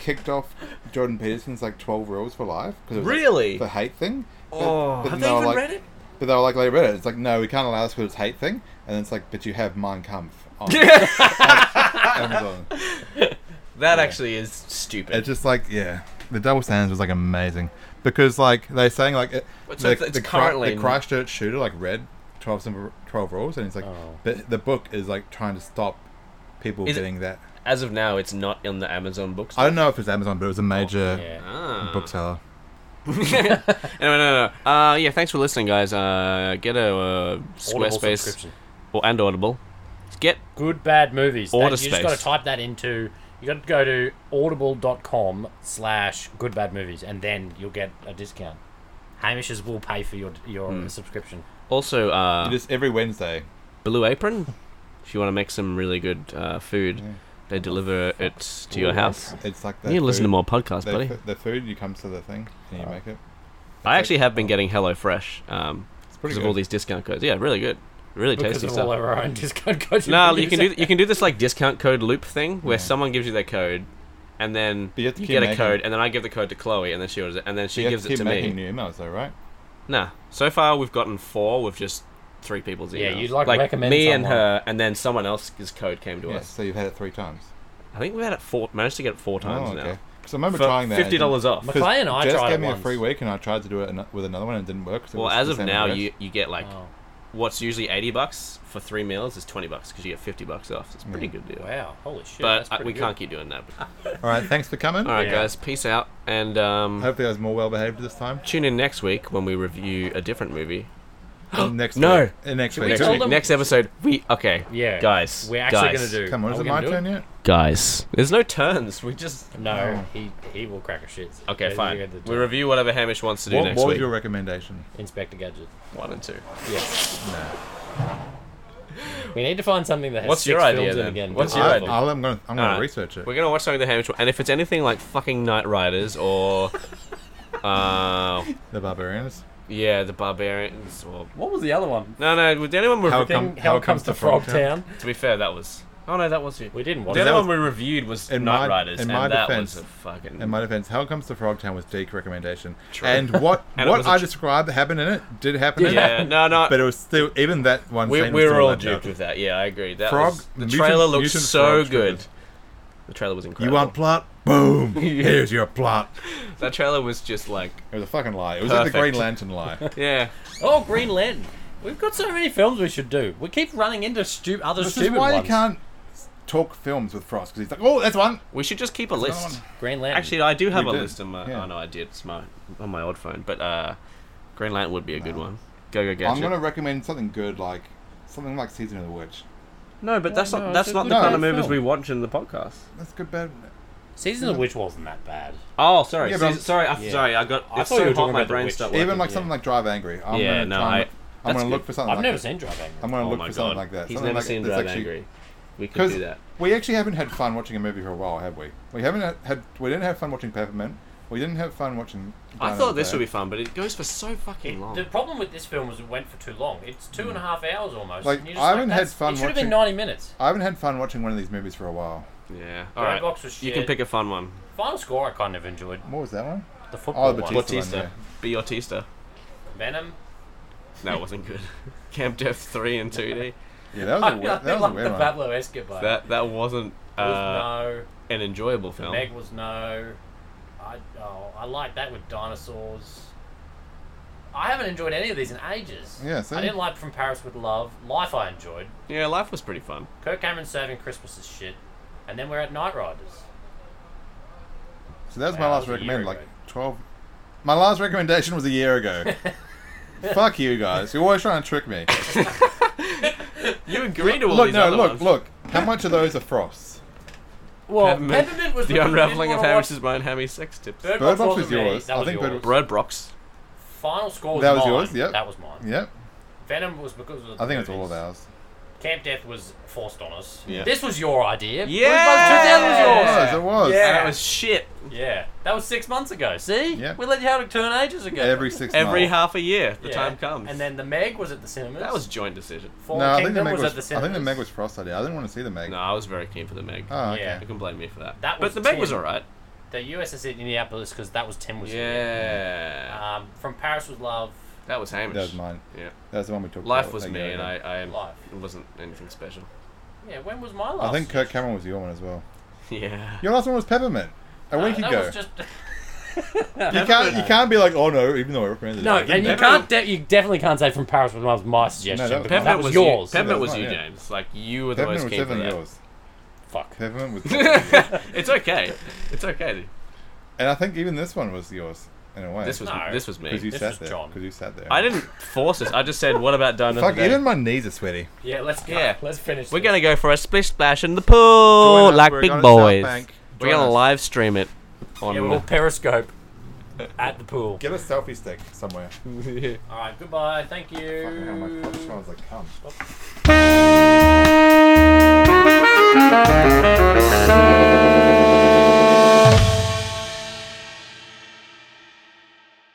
kicked off Jordan Peterson's like twelve rules for life because
Really?
the hate thing. But-
Oh,
but
have
no,
they even
like-
read it?
But they were like, they read it. It's like, no, we can't allow this because it's hate thing. And it's like, but you have Mein Kampf on Amazon.
That actually is stupid.
It's just like, yeah, the double standards was like amazing because like they're saying like it,
But so
the,
it's- it's
the, Chri-
currently-
the Christchurch shooter like read 12, simple- 12 rules and it's like,
Oh.
but the book is like trying to stop people
Is it-
getting that.
As of now, it's not in the Amazon books.
I don't know if it's Amazon, but it was a major
Yeah.
Ah.
bookseller.
anyway, no, no, no. Uh, yeah, thanks for listening, guys. Uh, get a uh,
Audible
Squarespace
subscription.
or, and Audible. Get
Good bad movies. That-
Order
you just
space.
got to type that into. You got to go to audible.com slash good bad movies, and then you'll get a discount. Hamish's will pay for your your
Hmm.
subscription.
also uh,
It is every Wednesday.
Blue Apron. If you want to make some really good uh, food, they deliver it to your house.
It's like
You
the
need to listen to
food-
more podcasts,
the,
buddy.
fu- the food. You come to the thing and
Uh.
you make it.
I actually have been getting HelloFresh um,
oh. pretty
because of all
good.
these discount codes. Yeah, really good, really
Because
tasty
of
stuff.
all of our own discount codes.
No, you can do you can do this like discount code loop thing where someone gives you their code, and then
But you
you,
have to keep
get a
making-
code, and then I give the code to Chloe, and then she orders it, and then she
You have
gives
to
it
keep
to me.
making new emails though, right?
Nah, so far we've gotten four with just three people's
Yeah,
emails.
you'd, like, recommend
me and
someone.
her, and then someone else's code came to
Yes.
us.
So you've had it three times.
I think we've had it four, managed to get it four times
oh, okay.
now.
So I remember
For
trying that. and-
fifty dollars off.
Because- Clay and I
Jess
tried
gave
it
me
once.
a free week, and I tried to do it ano- with another one, and it didn't work. 'cause it
Well,
was
as
the
of
same
now,
address.
you you get like
Oh.
what's usually eighty bucks for three meals is twenty bucks because you get fifty bucks off. It's a
Mm.
pretty good deal.
Wow, holy shit!
But
that's
uh,
pretty
we
good.
can't keep doing that.
All right, thanks for coming.
All right,
Yeah.
guys, peace out, and um,
Hopefully, I was more well behaved this time.
Tune in next week when we review a different movie.
next
No.
week. Uh, next week.
Next,
tell
week-
them-
next episode, we okay.
Yeah,
guys,
we're actually
guys,
gonna do.
Come on, is
are
it
we
my
gonna do
turn yet?
guys. There's no turns. We just
No, he he will crack a shit.
Oh. okay,
He- he
fine.
had the-
We review whatever Hamish wants to do
What,
next
what was
week.
your recommendation?
Inspector Gadget.
One and two.
We need to find something that has
What's
six
your idea,
films in
then?
again.
What's
All
your
of
I,
idea?
them.
I'll, I'm gonna, I'm gonna
Alright.
research it.
We're gonna watch something that Hamish, and if it's anything like fucking Knight Riders or, uh,
The Barbarians.
yeah, the Barbarians or
What was the other one?
no, no. Did anyone we
How
reviewed?
come-
Thing, Hell,
Hell Comes
comes, to
to
Frog
Frogtown.
Town.
To be fair, that was. Oh no, that was you.
We didn't watch
The
it.
other one
that
we reviewed was
in
Knight
my-
Riders,
in
and
my
that
defense-
was a fucking.
In my defense, How Comes to Frogtown was Deke's recommendation,
True.
and what
And it
what
was a
I
tr-
described happened in it did happen. in
yeah,
it,
no, no.
but it was still even that one.
We,
scene
we
was
were
still
all
left out.
duped with that. Yeah, I agree. That
Frog-
was, the
mutant-
trailer looked
mutant
so
frog
good.
triggers.
The trailer was incredible.
You want plot? Boom! Here's your plot.
that trailer was just like
It was a fucking lie. It was like the
Perfect.
Green Lantern lie.
yeah.
Oh, Green Lantern. We've got so many films we should do. We keep running into stu- other
This is
stupid
why
ones.
you can't talk films with Frost because he's like, oh, that's one.
We should just keep a list.
Green Lantern.
Actually, I do have
We
a
did,
list on my.
yeah.
Oh no, I did. It's my on my old phone. But uh, Green Lantern would be a good one. Go go
I'm
gadget.
gonna recommend something good, like something like Season of the Witch.
No, but that's
no,
not
it's
that's
a
not the
good
kind of
film.
movies we watch in the podcast.
That's good, bad.
Season of the Witch wasn't that bad.
Oh, sorry,
Yeah, but
sorry, sorry,
I'm-
I,
Yeah.
sorry. I got.
I
It's
thought
so
you were
hot,
talking
my
about The
brain
Witch.
stopped
Even
working.
like something like Drive Angry. I'm
Yeah,
gonna
no,
try and
I-
look- I'm
that's
gonna look
good.
for something.
I've
like
never
that.
seen Drive Angry.
I'm gonna
oh
look
my
for
god,
something like that.
he's
something
never
like
seen
that's
Drive
actually-
Angry. We could do
Because
that.
we actually haven't had fun watching a movie for a while, have we? We haven't had, had we didn't have fun watching Peppermint. We didn't have fun watching.
I
Down
thought
Under
this
Bad.
would be fun, but it goes for so fucking long.
The problem with this film was it went for too long. It's two and a half hours almost.
Like,
and
I haven't had
that's-
fun
It should have been
watching-
90 minutes.
I haven't had fun watching one of these movies for a while.
Yeah.
Red
Alright.
Box was
You can
shit.
pick a fun one.
Final score I kind of enjoyed.
What was that one?
The football
Oh, the
one.
Batista.
Batista.
one,
Be Autista.
Venom.
That wasn't good. Camp Death 3 and 2D.
Yeah, that was
I,
a
I
weird, that
didn't
was
like
a
the
weird one.
Pablo Escobar.
That that wasn't uh,
was no.
an enjoyable film.
Meg was no. I oh, I like that with dinosaurs. I haven't enjoyed any of these in ages.
Yeah, see?
I didn't like From Paris with Love. Life I enjoyed.
Yeah, life was pretty fun.
Kirk Cameron serving Christmas is shit. And then we're at Night Riders.
So that was my
Wow,
last
that was a year
recommend, like
ago.
twelve. My last recommendation was a year ago. Fuck you guys! You're always trying to trick me.
You agreed to all
look,
these
no,
other
look,
ones.
look. How much of those are frosts?
Well,
Peppermint-
Peppermint, was
The
the one we
unraveling
didn't
of
wanna
Hamish's
watch.
mind, Hammy sex tips.
Bird,
Bird Box
wasn't
was
me.
yours.
That
I
was
think
yours.
Bird
Bread Brox.
Final score was
That was
mine.
yours, yep.
That was mine.
Yep.
Venom was because of the
I think it's all of
movies.
ours.
Camp Death was forced on us.
Yeah.
This was your idea.
Yeah!
Blue Box 2000 was yours.
Yes, it was.
That was shit.
Yeah. That was six months ago. See,
Yeah.
we let you out of turn ages ago.
Every six
Every
months.
half a year, the
Yeah.
time comes.
And then the Meg was at the cinemas.
that was joint decision.
Fallen
No, I think,
Kingdom
the Meg
was,
was,
at the
I
cinemas.
think the Meg was frost idea. I didn't want to see the Meg.
No, I was very keen for the Meg.
Oh, okay.
Yeah.
You can blame me for that.
That was
but the Meg
10.
was alright.
The USS at Indianapolis because that was Tim was here.
Yeah.
Um, from Paris with Love.
that was Hamish.
That was mine.
Yeah.
That was the one we talked about.
Life was
like,
me,
Oh, yeah,
and
yeah.
I, I
Life.
it wasn't anything special.
Yeah, when was my last?
I think Kirk Cameron was your one as well.
Yeah.
Your last one was Peppermint. A
Uh,
week
that
ago.
was just-
you can't. You can't be like, oh no, even though I recommended it.
no,
I didn't
and you
know.
can't. De- you definitely can't say from Paris with Love was my suggestion.
that was mine.
because that
Peppermint
was,
you-
yours.
Peppermint
That was
was you,
mine, yeah.
James. Like you were the
Peppermint
most
was
keen for
definitely
that.
yours.
Fuck.
Peppermint was. definitely yours.
It's okay. It's okay.
and I think even this one was yours in a way.
This was
No.
this was me.
because you
this was
sat there.
John.
Because you sat there.
I didn't force this. I just said, "What about done?"
Fuck.
today?
Even my knees are sweaty.
Yeah, let's go.
Yeah.
Let's finish.
We're
this.
gonna go for a splish splash in the pool,
Join us,
like
we're
big
going to South
boys.
Bank.
We're
Join
gonna
us.
live stream it on.
Yeah, we'll Periscope at the pool.
Get a selfie stick somewhere.
All right. Goodbye. Thank
Fucking hell, my
Uh,
you.
foot smells like cum.